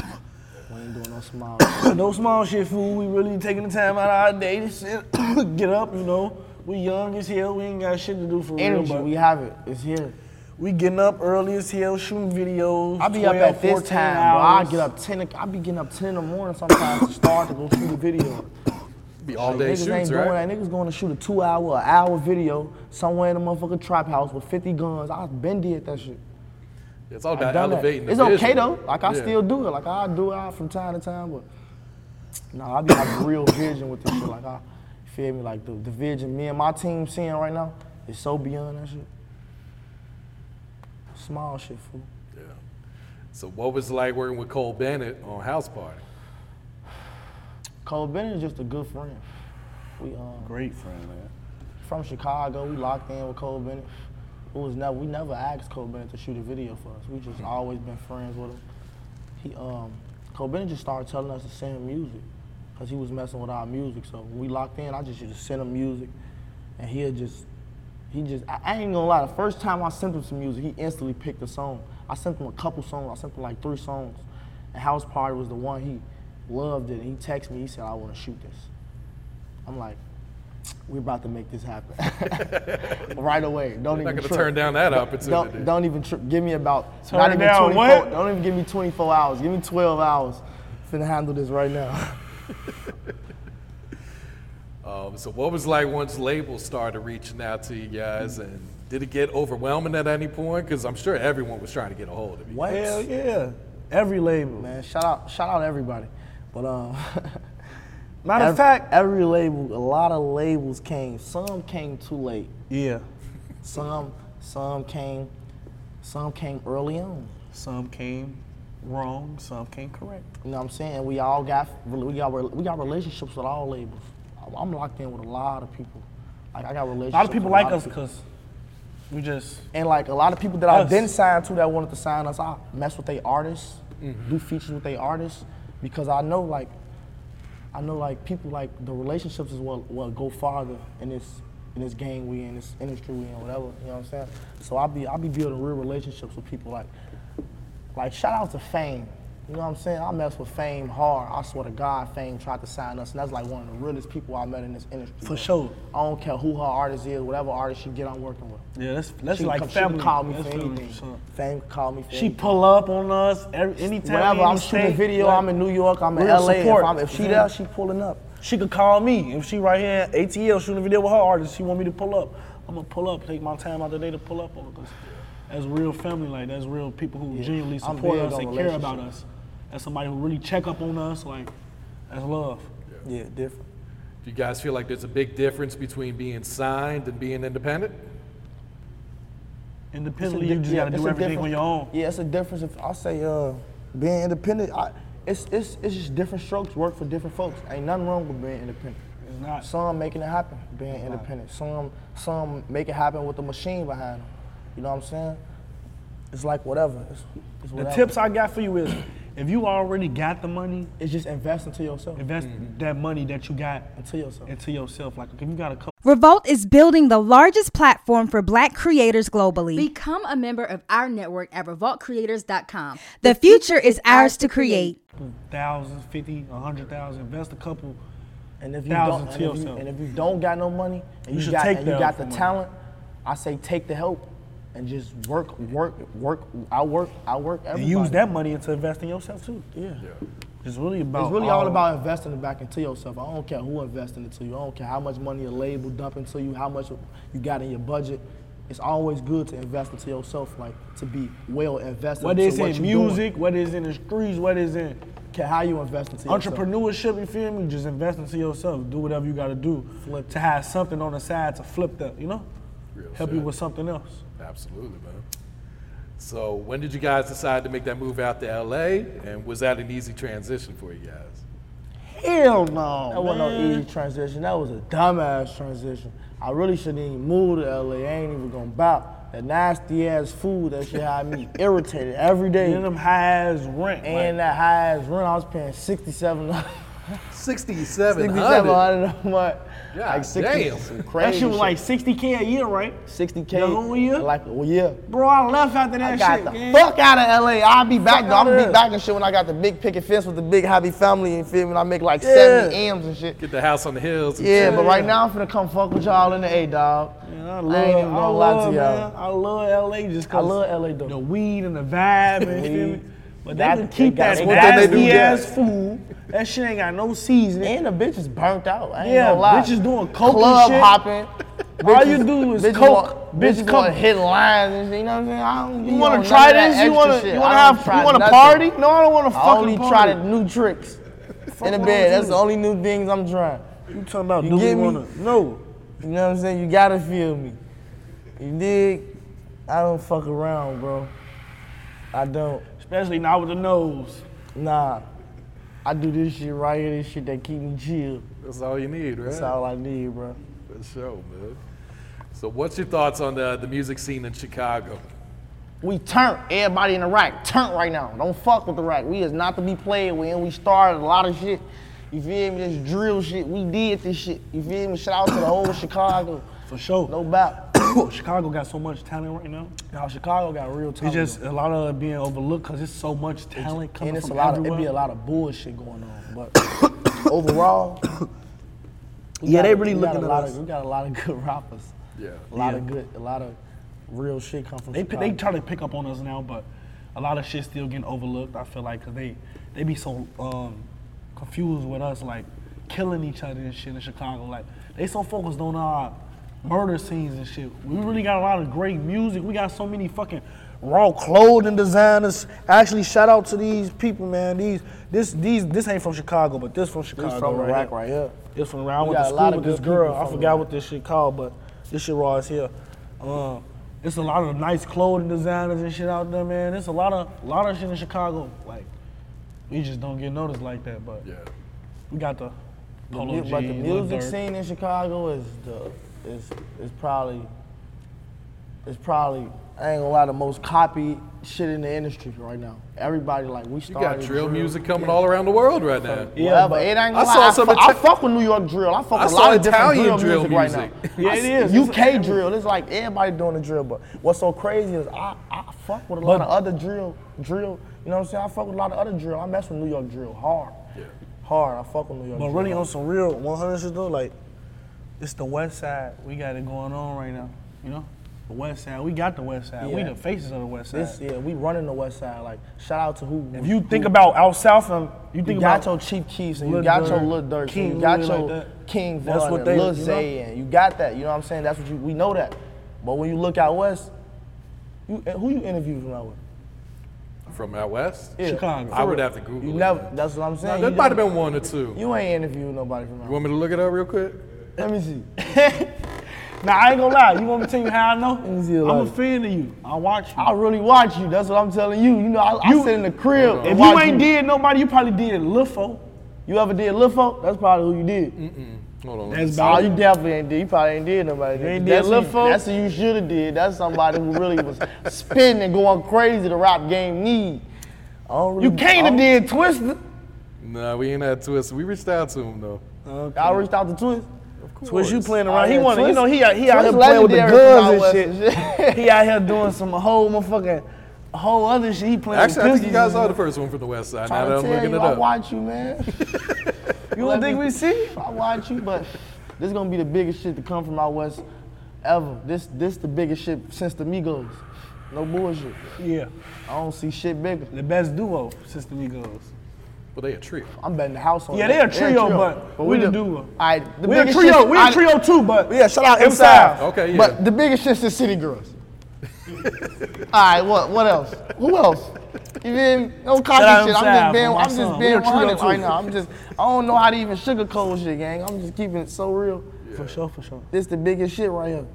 We ain't doing no small. shit. no small shit, fool. We really taking the time out of our day to sit, get up. You know, we young as hell. We ain't got shit to do for Energy, real. but we have it. It's here. We getting up early as hell, shooting videos. I be up 12, at this 14 time, bro. I hours. get up ten. o- I be getting up ten in the morning sometimes to start to go shoot a video. Be all Like, day niggas ain't shoots, doing right? that. Niggas going to shoot a two hour, an hour video somewhere in a motherfucking trap house with 50 guns. I've been did that shit. It's all I about done that. elevating the It's okay visual. though. Like I Yeah. still do it. Like I do it from time to time, but no, I be like real vision with this shit. Like I you feel me, like the, the vision me and my team seeing right now is so beyond that shit. Small shit, fool. Yeah. So what was it like working with Cole Bennett on House Party? Cole Bennett is just a good friend. We um, Great friend, man. from Chicago. We locked in with Cole Bennett. It was never we never asked Cole Bennett to shoot a video for us. We just always been friends with him. He um Cole Bennett just started telling us to send him music because he was messing with our music. So when we locked in, I just used to send him music, and he'll just he just I, I ain't gonna lie. The first time I sent him some music, he instantly picked a song. I sent him a couple songs. I sent him like three songs, and House Party was the one he loved it. And he texted me. He said, "I want to shoot this." I'm like, we're about to make this happen. right away. Don't You're not even gonna trip. turn down that Don't- opportunity. Don't, don't even trip. Give me about Turn not even down 24. what? Don't even give me 24 hours. Give me 12 hours. Finna handle this right now. Um, so what was it like once labels started reaching out to you guys, and did it get overwhelming at any point? Because I'm sure everyone was trying to get a hold of you. What? Hell yeah. Yeah, every label. Man, shout out, shout out everybody. But um, Matter of ev- fact- every label, a lot of labels came. Some came too late. Yeah. Some, some came, some came early on. Some came wrong, some can't correct. You know what I'm saying? We all got we got we got relationships with all labels. I'm locked in with a lot of people. Like I got A relationships. lot of people with a like us people. because we just And like a lot of people that Us. I didn't sign to that wanted to sign us, I mess with their artists, Mm-hmm. do features with their artists, because I know like, I know like people like the relationships is what what go farther in this in this game we in this industry we in whatever you know what I'm saying. So I be I be building real relationships with people like, like shout out to Fame. You know what I'm saying? I mess with Fame hard. I swear to God, Fame tried to sign us, and that's like one of the realest people I met in this industry. For sure. I don't care who her artist is, whatever artist she get, I'm working with. Yeah, that's- that's she can like come, She family. can call me That's for family, anything. son. Fame can call me for she anything. pull up on us every, anytime. Whenever any I'm shooting state, video, like, I'm in New York, I'm in real LA. If, support. I'm, if she Mhm. there, she pulling up. She could call me if she right here at ATL shooting a video with her artist. She want me to pull up. I'm gonna pull up. Take my time out the day to pull up on her because that's real family. Like that's real people who Yeah, genuinely I'm support big us on and care about relationships. us. That's somebody who really check up on us. Like that's love. Yeah, different. Do you guys feel like there's a big difference between being signed and being independent? Independently, It's a you di- just yeah, gotta it's do a everything on difference- your own. Yeah, it's a difference. If I say uh, being independent, I, it's it's it's just different strokes work for different folks. Ain't nothing wrong with being independent. It's not. Some making it happen, being It's not. independent. Some some make it happen with the machine behind them. You know what I'm saying? It's like whatever. It's, it's The whatever. tips I got for you is, if you already got the money, It's just invest into yourself. invest that money that you got Mm-hmm. into yourself. Into yourself. Like if you got a couple. Revolt is building the largest platform for black creators globally. Become a member of our network at revoltcreators.com. the future is ours to create. thousands, fifty, a hundred thousand. Invest a couple. And if you thousand don't, to and if you, yourself. and if you don't got no money, You and you, should got, take and you the got help the from it. talent, I say take the help, and just work, work, work. I work, I work. And Everybody. use that money to invest in yourself too. Yeah. It's really about. it's really all, about investing it back into yourself. I don't care who investing into you. I don't care how much money a label dump into you, how much you got in your budget. It's always good to invest into yourself, like to be well invested. What into is what in you doing. music? What is in the streets? What is in Care how you invest into yourself. entrepreneurship? You feel me? Just invest into yourself. Do whatever you got to do to have something on the side to flip that. You know, help you shit. with something else. Absolutely, man. So, when did you guys decide to make that move out to LA? And was that an easy transition for you guys? Hell no. That wasn't man. no easy transition. That was a dumbass transition. I really shouldn't even move to LA. I ain't even gonna bout that nasty ass food that shit had me irritated every day. And them high ass rent. And like- that high ass rent, I was paying sixty seven dollars. Sixty-seven a month. God like 60, damn. some That crazy that shit was like shit. sixty k a year, right? 60K. The whole year? Like, well, yeah. Bro, I left after that I got shit. the man. fuck out of LA. I'll be back. Fuck though. I'm outta gonna there. be back and shit when I got the big picket fence with the big happy family. You feel me? And I make like Yeah. 70 M's and shit. Get the house on the hills. and Yeah, shit. but right now I'm finna come fuck with y'all in the A, dog. I I ain't even gonna lie love, to y'all. man. I love LA just cause I love LA though. the weed and the vibe and feel me? Weed. But they That- can keep they got- that they got- they do nasty that. ass food. That shit ain't got no seasoning. And the bitch is burnt out. I ain't yeah, gonna lie. bitches doing coke Club and shit. hopping. All you do is bitches coke. Want, bitch, bitches come. want hit lines and shit. You know what I'm saying? I don't. You wanna try this? You wanna? You wanna have? You wanna party? No, I don't wanna fucking I only party. try the new tricks in the wrong bed. with That's you? the only new things I'm trying. You talking about? You do we get me? wanna? No. You know what I'm saying? You gotta feel me. You dig? I don't fuck around, bro. I don't. Especially not with the nose. Nah. I do this shit right here, this shit that keep me chill. That's all you need, right? That's all I need, bro. For sure, man. So, what's your thoughts on the, the music scene in Chicago? We turn. Everybody in the rack, turn right now. Don't fuck with the rack. We is not to be played with. And we started a lot of shit. You feel me? This drill shit. We did this shit. You feel me? Shout out to the whole Chicago. For sure. No doubt. Chicago got so much talent right now. Now Chicago got real It's talent. just a lot of it being overlooked because it's so much though. talent coming and it's a from lot everywhere. of it be a lot of bullshit going on. But overall, we Yeah, got- they really we got looking a at lot us. Of, we got a lot of good rappers. Yeah. A lot of Yeah. good, a lot of real shit come from They pi- Chicago. they try to pick up on us now, but a lot of shit still getting overlooked. I feel like because they they be so um, confused with us, like killing each other and shit in Chicago. Like they so focused on our murder scenes and shit. We really got a lot of great music. We got so many fucking raw clothing designers. Actually, shout out to these people, man. These this these this ain't from Chicago, but this from Chicago. from the right rack here. right here. This from around We with the got a lot school of with this good girl. people I from forgot the what this shit called, but this shit raw is here. Um, It's a lot of nice clothing designers and shit out there, man. It's a lot of lot of shit in Chicago. Like, we just don't get noticed like that. But yeah, we got the The polo mu- G, but the Lil music Durk. scene in Chicago is the is is probably is probably I ain't gonna lie the most copied shit in the industry right now. Everybody like we You started got drill music coming Yeah. all around the world right now. Yeah, but it ain't gonna I lie. saw I some. fuck- I Ita- fuck with New York drill. I fuck I with a saw lot of different Italian drill, drill music, right music. now. Yeah, I it s- is. UK drill. It's like everybody doing the drill. But what's so crazy is I, I fuck with a lot But- of other drill drill. You know what I'm saying? I fuck with a lot of other drill. I mess with New York drill hard, hard. I fuck with New York. But drill really, hard. on some real 100 shit though, like it's the West Side. We got it going on right now. You know, the West Side. We got the West Side. We Yeah. the faces of the West Side. This, yeah, we running the West Side. Like, shout out to who. If you think about out south, and you think got about your Chief Keefs and you Lil got your Durk, Lil Durk, and King you got Louis your like that. King Von, That's what and they- Lil you know? Zay, and you got that. You know what I'm saying? That's what you. We know that. But when you look out west, you and who you interviewed from out west? From out west? Yeah. Chicago. I would have to Google You it. never. That's what I'm saying. there You might have don't- been one or two. You ain't interviewed nobody from out. You want me to look it up real quick? Let me see. Now I ain't gonna lie. You want me to tell you how I know? a I'm lot a of- fan of you. I watch you. I really watch you. That's what I'm telling you. You know, I, I sit in the crib. and If you watch ain't did nobody, you probably did Lifo. You ever did Lifo? That's probably who you did. Mm-mm. Hold on. That's Oh, about you definitely ain't did. You probably ain't did nobody. You ain't did that's Lil' Fo? That's who you should have did. That's somebody who really was spinning and going crazy. The rap game need. I don't really- You can't I have don't- did Twisted. Nah, we ain't had Twist. We reached out to him though. I reached out to Twist. Twist, you playing Oh, around. He yeah, wanted, you Twist- know, he out, he out here Twist playing with the legendary from guns out and shit. he out here doing some whole motherfucking, whole other shit. He playing Actually, I with think you guys pistols are and the first one from the west side. Now Trying that to I'm tell looking you, it I up. watch you, man. You don't think we see? I watch you, but this is gonna be the biggest shit to come from out west ever. This this the biggest shit since the Migos. No bullshit. Yeah. I don't see shit bigger. The best duo since the Migos. Well, they a trio. I'm betting the house on Yeah, that. they a trio, but we the duo. All right, the We a biggest trio. shit- We a I- trio too, but Yeah, shout out Inside. inside. Okay, yeah. But the biggest shit's the City Girls. All right, what what else? Who else? You mean no out copy shit? I'm Inside just being from my I'm just son. being We a trio 100 right too. now. I'm just I don't know how to even sugarcoat shit, gang. I'm just keeping it so real. For sure, for sure. This the biggest shit right here.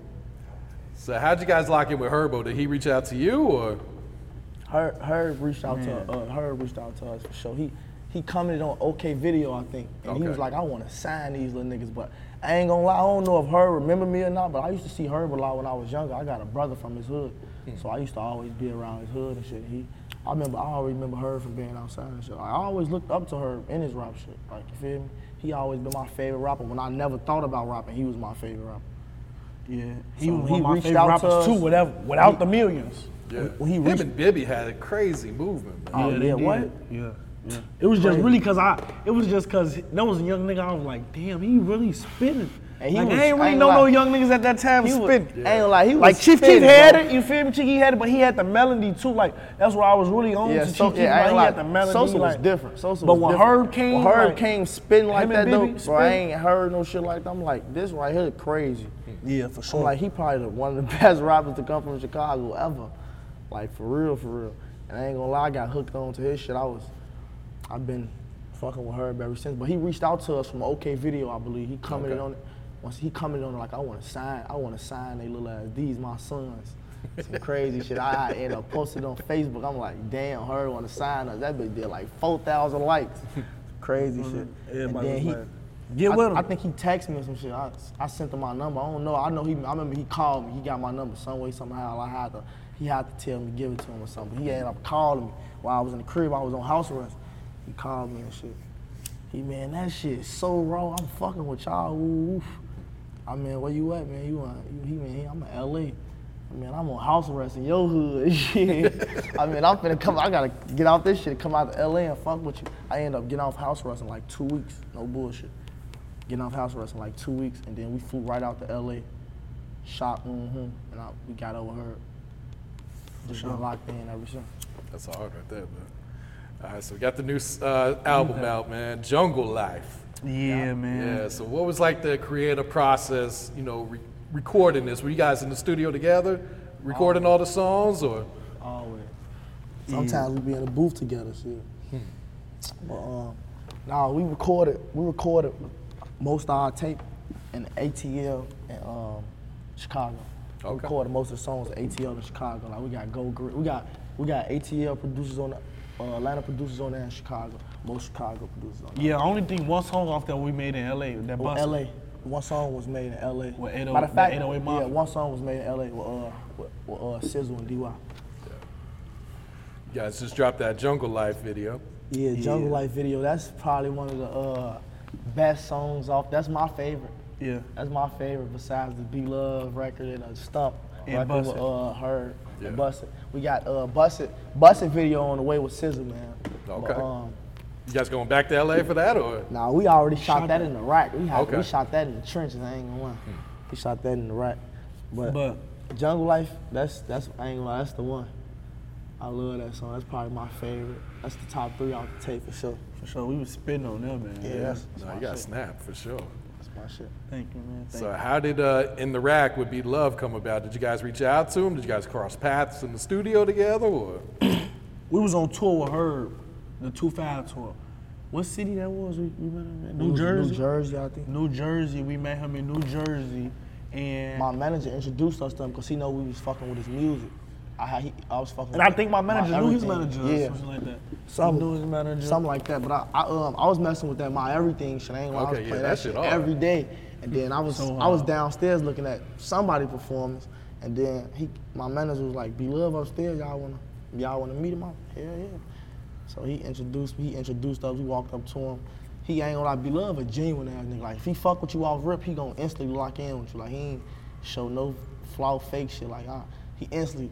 So how'd you guys lock in with Herbo? Did he reach out to you or? Herb, Herb reached out Man. to uh, Herb reached out to us for sure. He he commented on OK Video, I think, and he Okay. was like, I want to sign these little niggas, but I ain't gonna lie, I don't know if Herb remember me or not, but I used to see Herb a lot when I was younger. I got a brother from his hood, Hmm. so I used to always be around his hood and shit. He, I remember, I always remember Herb from being outside and shit. I always looked up to Herb in his rap shit. Like you feel me? He always been my favorite rapper. When I never thought about rapping, he was my favorite rapper. Yeah. He, He- he one of my reached favorite out to rappers us. too, whatever, without He- the millions. Yeah. he Him reached- and Bibby had a crazy movement. Oh, man. they did. Yeah. yeah. It was just really cause I it was just cause that was a young nigga, I was like, damn, he really spitting. And he like, was- I ain't I really ain't know no lie. young niggas at that time He was- spitting. I ain't like he was Like Chief Keef spitting, had bro. it, you feel me? Chief Keef had it, but he had the melody too. Like that's what I was really on Yeah, to Chief so, Keef. yeah, I like, ain't he like, had the melody. Sosa was like- different. Sosa but was when different. Herb came, when Herb like, came spitting like him that and though, Biggie bro, I spitting. ain't heard no shit like that. I'm like, this right here crazy. Yeah, for I'm like, he probably the, one of the best rappers to come from Chicago ever. Like for real, for real. And I ain't gonna lie, I got hooked on to his shit. I was, I've been fucking with Herb ever since. But he reached out to us from OK Video, I believe. He commented Okay. on it. Once he commented on it, like I want to sign, I want to sign they little ass. These my sons. Some crazy shit. I, I end up posted on Facebook. I'm like, damn, Herb want to sign us. That bitch did like four thousand likes. Crazy shit. Mm-hmm. Everybody and then was he, like, "Get I, with 'em." I think he texted me or some shit. I, I sent him my number. I don't know. I know he. I remember he called me. He got my number some way somehow. I had to. He had to tell me to give it to him or something. He ended up calling me while I was in the crib. I was on house arrest. He called me and shit. He man, that shit is so raw. I'm fucking with y'all. Ooh, oof. I mean, where you at, man? You on? You, he man, he, I'm in L.A. I mean, I'm on house arrest in your hood. Shit. I mean, I'm finna come. I gotta get off this shit and come out to L.A. and fuck with you. I end up getting off house arrest in like two weeks. No bullshit. Getting off house arrest in like two weeks, and then we flew right out to L.A. Shot, mm-hmm, and I, we got over her. Just been locked in ever since. That's hard right there, man. All right, so we got the new uh, album out, man. Jungle Life. Yeah, man. Yeah. So what was like the creative process? You know, re- recording this. Were you guys in the studio together, recording all the songs, or? Always. Sometimes we be in a booth together, shit. But um, nah, we recorded. We recorded most of our tape in ATL in um, Chicago. We recorded most of the songs at ATL in Chicago. Like we got Go Green, we got we got ATL producers on, the, uh, Atlanta producers on there in Chicago, most Chicago producers on. There. Yeah, I only think one song off that we made in LA. That Well, Busta. LA. One song was made in LA. With 80 Matter of fact, the 808 yeah, Mafia. one song was made in LA with uh with, with uh, Sizzle and DY. You guys just dropped that Jungle Life video. Yeah, Jungle Life video. That's probably one of the uh, best songs off. That's my favorite. Yeah. That's my favorite besides the B Love record and a Stump And record Bust with It. uh, her Yeah. and Bust It. We got uh, Bust It, Bust It video on the way with Scissor Man. Okay. But, um, You guys going back to LA for that or? nah, we already shot, that, in the rack. We, had, Okay. we shot that in the trenches. I ain't gonna lie. We shot that in the rack. But, But- Jungle Life, that's that's I ain't gonna lie, that's the one. I love that song. That's probably my favorite. That's the top three off the tape for sure. For sure, we was spitting on them, man. Yeah, that's, that's No, my you got shit. snap for sure. That's my shit. Thank you, man. Thank So you. how did uh, in the rack with Be Love come about? Did you guys reach out to him? Did you guys cross paths in the studio together or? We was on tour with Herb, the Two Five tour. What city that was? We, we met him in It New was Jersey. New Jersey, I think. New Jersey. We met him in New Jersey, and My manager introduced us to him because he know we was fucking with his music. I had, he, I was fucking. and with I think my manager knew his manager, everything. or Yeah, something like that. Some- he knew his manager. something like that. But I, I, um, I was messing with that my everything shit. I ain't gonna- I was Okay, yeah, playing that that shit shit hard. every day. And then I was, So I was hard. downstairs looking at somebody performance. And then he, my manager was like, "Be love upstairs. Y'all wanna, y'all wanna meet him? Up? Hell yeah." So he introduced me. He introduced us. We walked up to him. He ain't gonna like be love a genuine ass nigga. Like if he fuck with you off rip, he gonna instantly lock in with you. Like he ain't show no flaw, fake shit. Like I, he instantly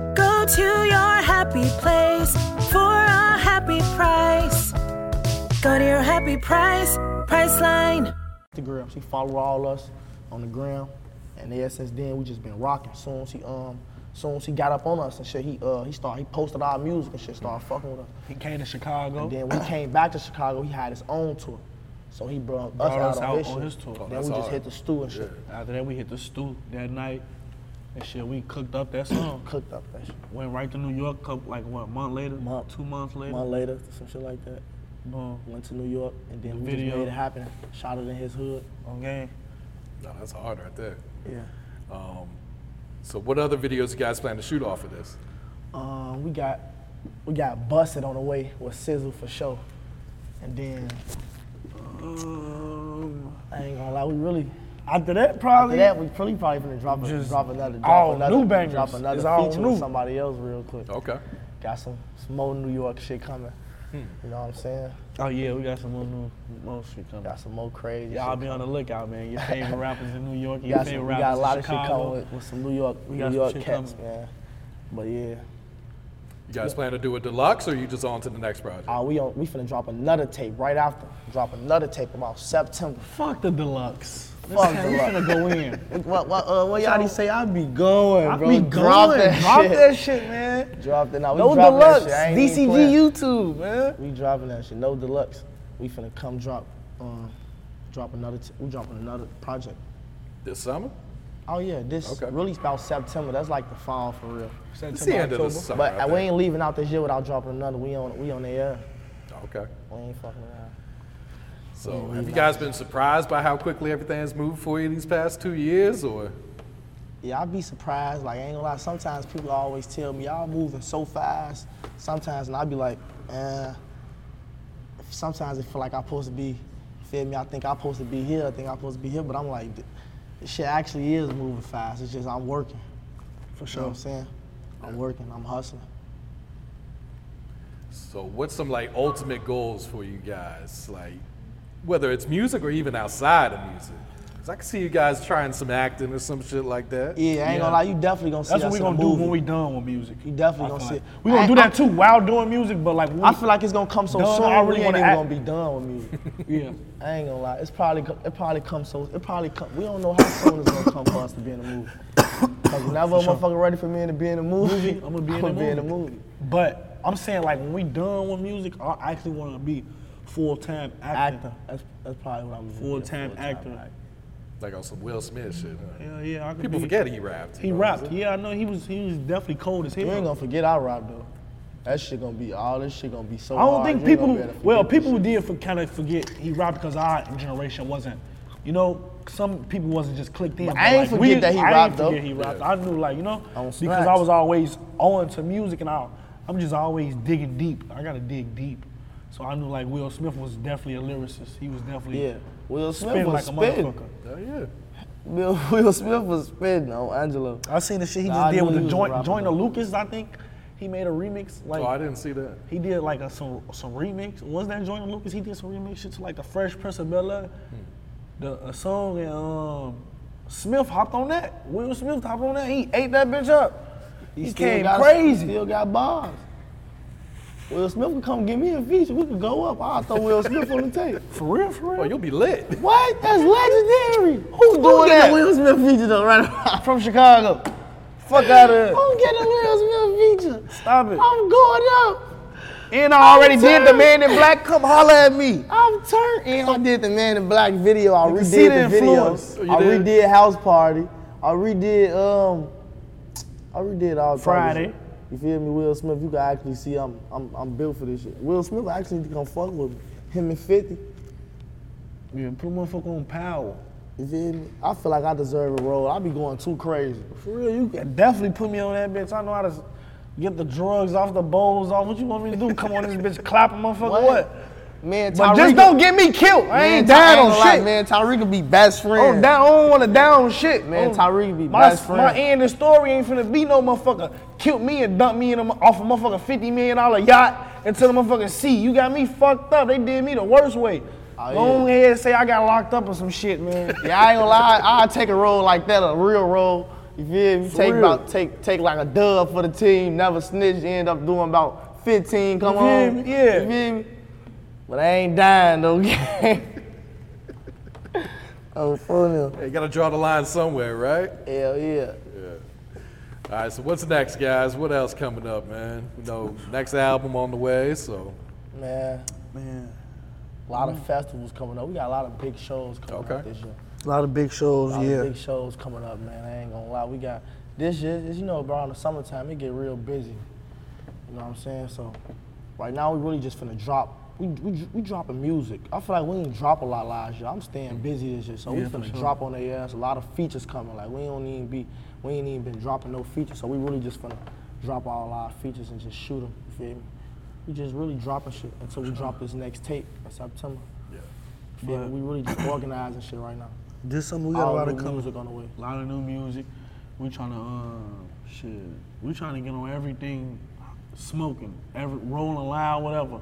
Go to your happy place for a happy price. Go to your happy price, Priceline. Instagram. She follow all us on the gram, and ever since then we just been rocking. Soon she um, soon she got up on us and shit. He uh, he started he posted our music and shit. Started fucking with us. He came to Chicago. And then when he came back to Chicago, he had his own tour. So he brought us Brought out, us on, out his, on shit. his tour. Oh, then that's we just hard. hit the stew and shit. After that, we hit the stew that night. And shit, we cooked up that song. cooked up that shit. Went right to New York, couple, like what, a month later? Month. Two months later? Month later, some shit like that. Went to New York and then The we video. just made it happen. Shot it in his hood. On game. No, that's hard right there. Yeah. Um, so what other videos you guys plan to shoot off of this? Um, we got we got busted on the way with Sizzle for sure, and then um, I ain't gonna lie, we really after that probably after that we probably probably gonna drop, a, Just drop another drop all another new bangers. drop another It's all feature new. with somebody else real quick. Okay. Got some, some more New York shit coming. Hmm. You know what I'm saying? Oh, yeah, we got some more, new, more shit coming. Got some more crazy Y'all shit be on the lookout, man. Your favorite rappers in New York, We your got, some, favorite we rappers got a lot in of shit Chicago. coming with, with some New York We got New some York shit cats, coming. man. But yeah. You guys plan to do a deluxe or you just on to the next project? Uh, we on, we finna drop another tape right after. Drop another tape about September. Fuck the deluxe. Fuck This- the we deluxe. finna go in. what what uh, what y'all say? I be going, I bro. be drop going. that Drop shit. that shit, man. Drop that. Nah, we No dropping that deluxe. shit. I ain't even DCG playing. YouTube, man. We dropping that shit. No deluxe. We finna come drop, um, drop another. T- we dropping another project. This summer? Oh yeah, this release about September. That's like the fall for real. It's the end of the summer, But uh, I we think. ain't leaving out this year without dropping another. We on we on the air. Okay. We ain't fucking around. So Yeah, have we you guys been surprised by how quickly everything's moved for you these past two years or? Yeah, I'd be surprised. Like, I ain't gonna lie. Sometimes people always tell me, y'all moving so fast. Sometimes, and I'd be like, eh. Sometimes it feel like I'm supposed to be, feel me? I think I'm supposed to be here. I think I'm supposed to be here. But I'm like, th- this shit actually is moving fast. It's just I'm working. For sure. You know what I'm saying? I'm working. I'm hustling. So what's some like ultimate goals for you guys? Like whether it's music or even outside of music? Cause I can see you guys trying some acting or some shit like that. Yeah, I ain't gonna lie, you definitely gonna see That's us what we in a gonna do when movie. we done with music. You definitely gonna see like- it. We gonna I- do that I- too while doing music, but like I feel like it's gonna come so done, soon. I I really really ain't wanna even act. gonna be done with music. yeah. I ain't gonna lie. It's probably co- it probably comes so it probably come. We don't know how soon it's gonna come for us to be in the movie. Cause whenever a For sure. motherfucker ready for me to be in the movie, Movie, I'm gonna be in the movie. But I'm saying like when we done with music, I actually want to be full time actor. That's, that's probably what I'm full time actor. Like on some Will Smith shit. huh? Hell yeah, I could People be- forget he rapped. He rapped. Yeah, I know he was. He was definitely cold as hell. You ain't gonna forget I robbed though. That shit gonna be all this shit gonna be so. I don't hard, think you ain't gonna people. be able to Well, forget people did for, kind of forget he rapped because our generation wasn't. You know, some people wasn't just clicked in. But but, I ain't like, forget that he I ain't rapped, though. forget he rapped. I knew like you know On because I Snacks. was always on to music and I, I'm just always digging deep. I gotta dig deep. So I knew like Will Smith was definitely a lyricist. He was definitely Yeah. Will Smith spinning was like a spinning. motherfucker. Oh, yeah. Bill, Will Smith was spitting on Angelo. I seen the shit he Nah, just I did knew with he the was a joint rapper, joint of Lucas. I think he made a remix. Like oh, I didn't see that. He did like a, some some remix. Was that Jordan Lucas? He did some remix shit to like the Fresh Prince of Bel Air, Hmm. the a song and um, Smith hopped on that. Will Smith hopped on that. He ate that bitch up. He, still came got- crazy. Still got bars. Will Smith can come give me a feature. We can go up. I'll throw Will Smith on the tape. For real, for real. Oh, you'll be lit. What? That's legendary. Who doing getting that? a Will Smith feature though, right? From Chicago. Fuck out of here. Who getting a Will Smith feature? Stop it. I'm going up. And I already did the Man in Black. Come holler at me. I'm turned. And I did the Man in Black video. I You can redid see the the, video. influence. Oh, you I did? redid House Party. I redid um. I redid all type of Friday. shit. You feel me, Will Smith? You can actually see I'm I'm I'm built for this shit. Will Smith actually need to come fuck with me. Him and Fifty. Yeah, put a motherfucker on power. You feel me? I feel like I deserve a role. I be going too crazy. For real, you can definitely put me on that bitch. I know how to s- get the drugs off the bowls off. What you want me to do? Come on this bitch, clap a motherfucker. What? Man, But just Tyreek- don't get me killed. I ain't Ty- down ain't on gonna lie, shit. man, Tyreek could be best friend. Oh, down, I don't want to down shit. Man, Oh, Tyreek be my, best My friend. end of the story ain't finna be no motherfucker. Kill me and dump me in a, mo- off a motherfucker $50 million yacht into the motherfucking sea. You got me fucked up. They did me the worst way. Oh, yeah. Long head say I got locked up or some shit, man. yeah, I ain't gonna lie. I'll take a role like that, a real role. You feel me? For Take real. about take take like a dub for the team. Never snitch. You end up doing about 15. Come You feel on, me? Yeah. You feel me? But I ain't dying though. oh, for real. Hey, you gotta draw the line somewhere, right? Hell yeah. All right, so what's next, guys? What else coming up, man? You know, next album on the way, so Man, man. A lot of festivals coming up. We got a lot of big shows coming up Okay. this year. A lot of big shows, A lot of big shows coming up, man. I ain't gonna lie. We got this year, as you know, around the summertime, it get real busy. You know what I'm saying? So right now, we really just finna drop. We, we, we dropping music. I feel like we didn't drop a lot last year. I'm staying busy this year, so we Yeah, for finna sure. drop on their ass. A lot of features coming. Like we don't even be, we ain't even been dropping no features. So we really just finna drop all our features and just shoot them. You feel me? We just really dropping shit until we drop this next tape in September. Yeah. Feel me? But- We really just organizing shit right now. This summer we got a All lot of new coming. music on the way. A lot of new music. We trying to uh, shit. We trying to get on everything, smoking, every rolling loud, whatever.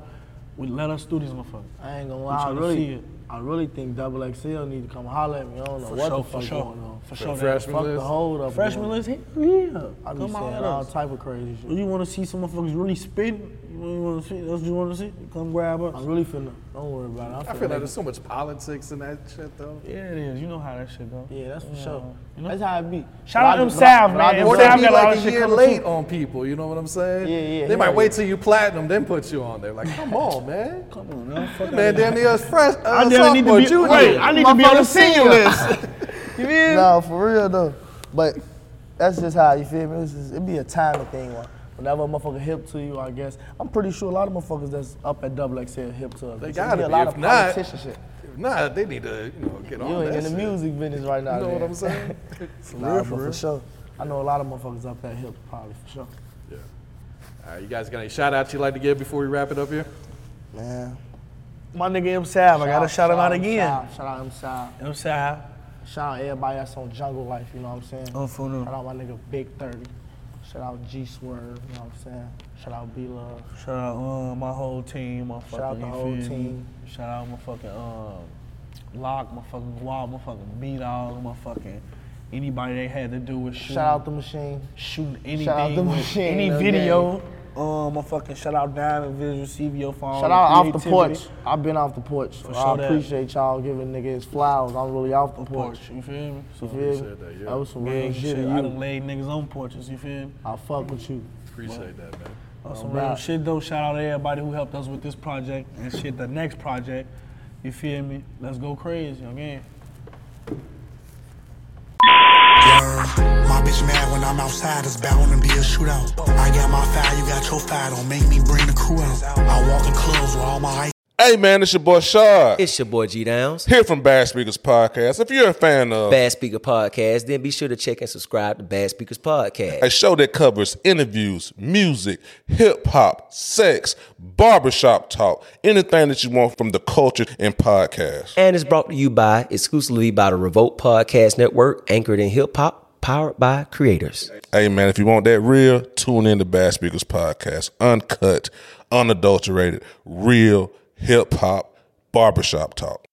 We let us do this motherfucker. I ain't gonna We lie, I tryna see really, it. I really think Double XL need to come holler at me. I don't know For what sure, the for fuck sure. going on. For né? sure, that né? Fuck freshman the list. hold up. Freshman going on. list, hell yeah. I be Come on, é seeing let all us. type of crazy shit. You want to see some motherfuckers really spitting? You know, you want to see? That's what you want to see? Come grab us. I'm really finna. Don't worry about it. I I'm feel like finna. there's so much politics in that shit, though. Yeah, it is. You know how that shit go. Yeah, that's for Yeah. sure. You know? That's how it be. Shout But out I M. just- Sav, but man. I M. just- Or they Sav be got a lot like of a shit year coming, late too. on people. You know what I'm saying? Yeah, yeah, They yeah, might yeah. wait till you platinum, then put you on there. Like, come on, man. Come on, man. Fuck Man, damn near as fresh. Uh, I definitely need to sophomore, be- junior. wait, I need to be on the né? Motherfucker senior list. You feel No, for real though. But that's just how you feel me. It's just, it be a timing thing. Like, whenever a motherfucker hip to you, I guess. I'm pretty sure a lot of motherfuckers that's up at Double XL hip to us. They It gotta a be. lot If of not- politician shit. If not, they need to, you know, get You on ain't that in the shit. music business right now. You know what man. I'm saying? For Nah, real, but for, for sure. I know a lot of motherfuckers up that hip, probably for sure. Yeah. All right, you guys got any shout outs you'd like to give before we wrap it up here? Man. My nigga M. Sav, I gotta shout him out M. again. Sav, Shout out M. Sav. M. Sav. Shout out everybody that's on Jungle Life, you know what I'm saying? Oh, for real. Shout out my nigga Big 30. Shout out G Swerve, you know what I'm saying? Shout out B Love. Shout out uh, my whole team, my fucking Shout out the you whole feel me? team. Shout out my fucking um, Lock, motherfucking Guap, motherfucking Beat All, motherfucking anybody they had to do with shooting. Shout out the machine. Shooting anything. Shout out the with machine. Any no video. game. Um, my fucking shout out Diamond Visual CVO phone. Shout out off the porch. I've been off the porch. For I sure that. appreciate y'all giving niggas flowers. I'm really off the porch. porch. You feel me? You feel me? That, was some real Gang shit. You- I done laid niggas on porches. You feel me? I fuck with you. Appreciate that, man. That's No Oh, some doubt. real shit though. Shout out to everybody who helped us with this project and shit. The next project. You feel me? Let's go crazy again. My bitch mad when I'm outside, it's bound to be a shootout. I got my fire, you got your fire, don't make me bring the crew out. I walk in clubs with all my ice. Hey man, it's your boy Shard. It's your boy G Downs. Here from Bad Speakers Podcast. If you're a fan of Bad Speaker Podcast, then be sure to check and subscribe to Bad Speakers Podcast. a show that covers interviews, music, hip hop, sex, barbershop talk, anything that you want from the culture and podcast. And it's brought to you by exclusively by the Revolt Podcast Network, anchored in hip hop, powered by creators. Hey man, if you want that real, tune in to Bad Speakers Podcast. Uncut, unadulterated, real hip hop barbershop talk.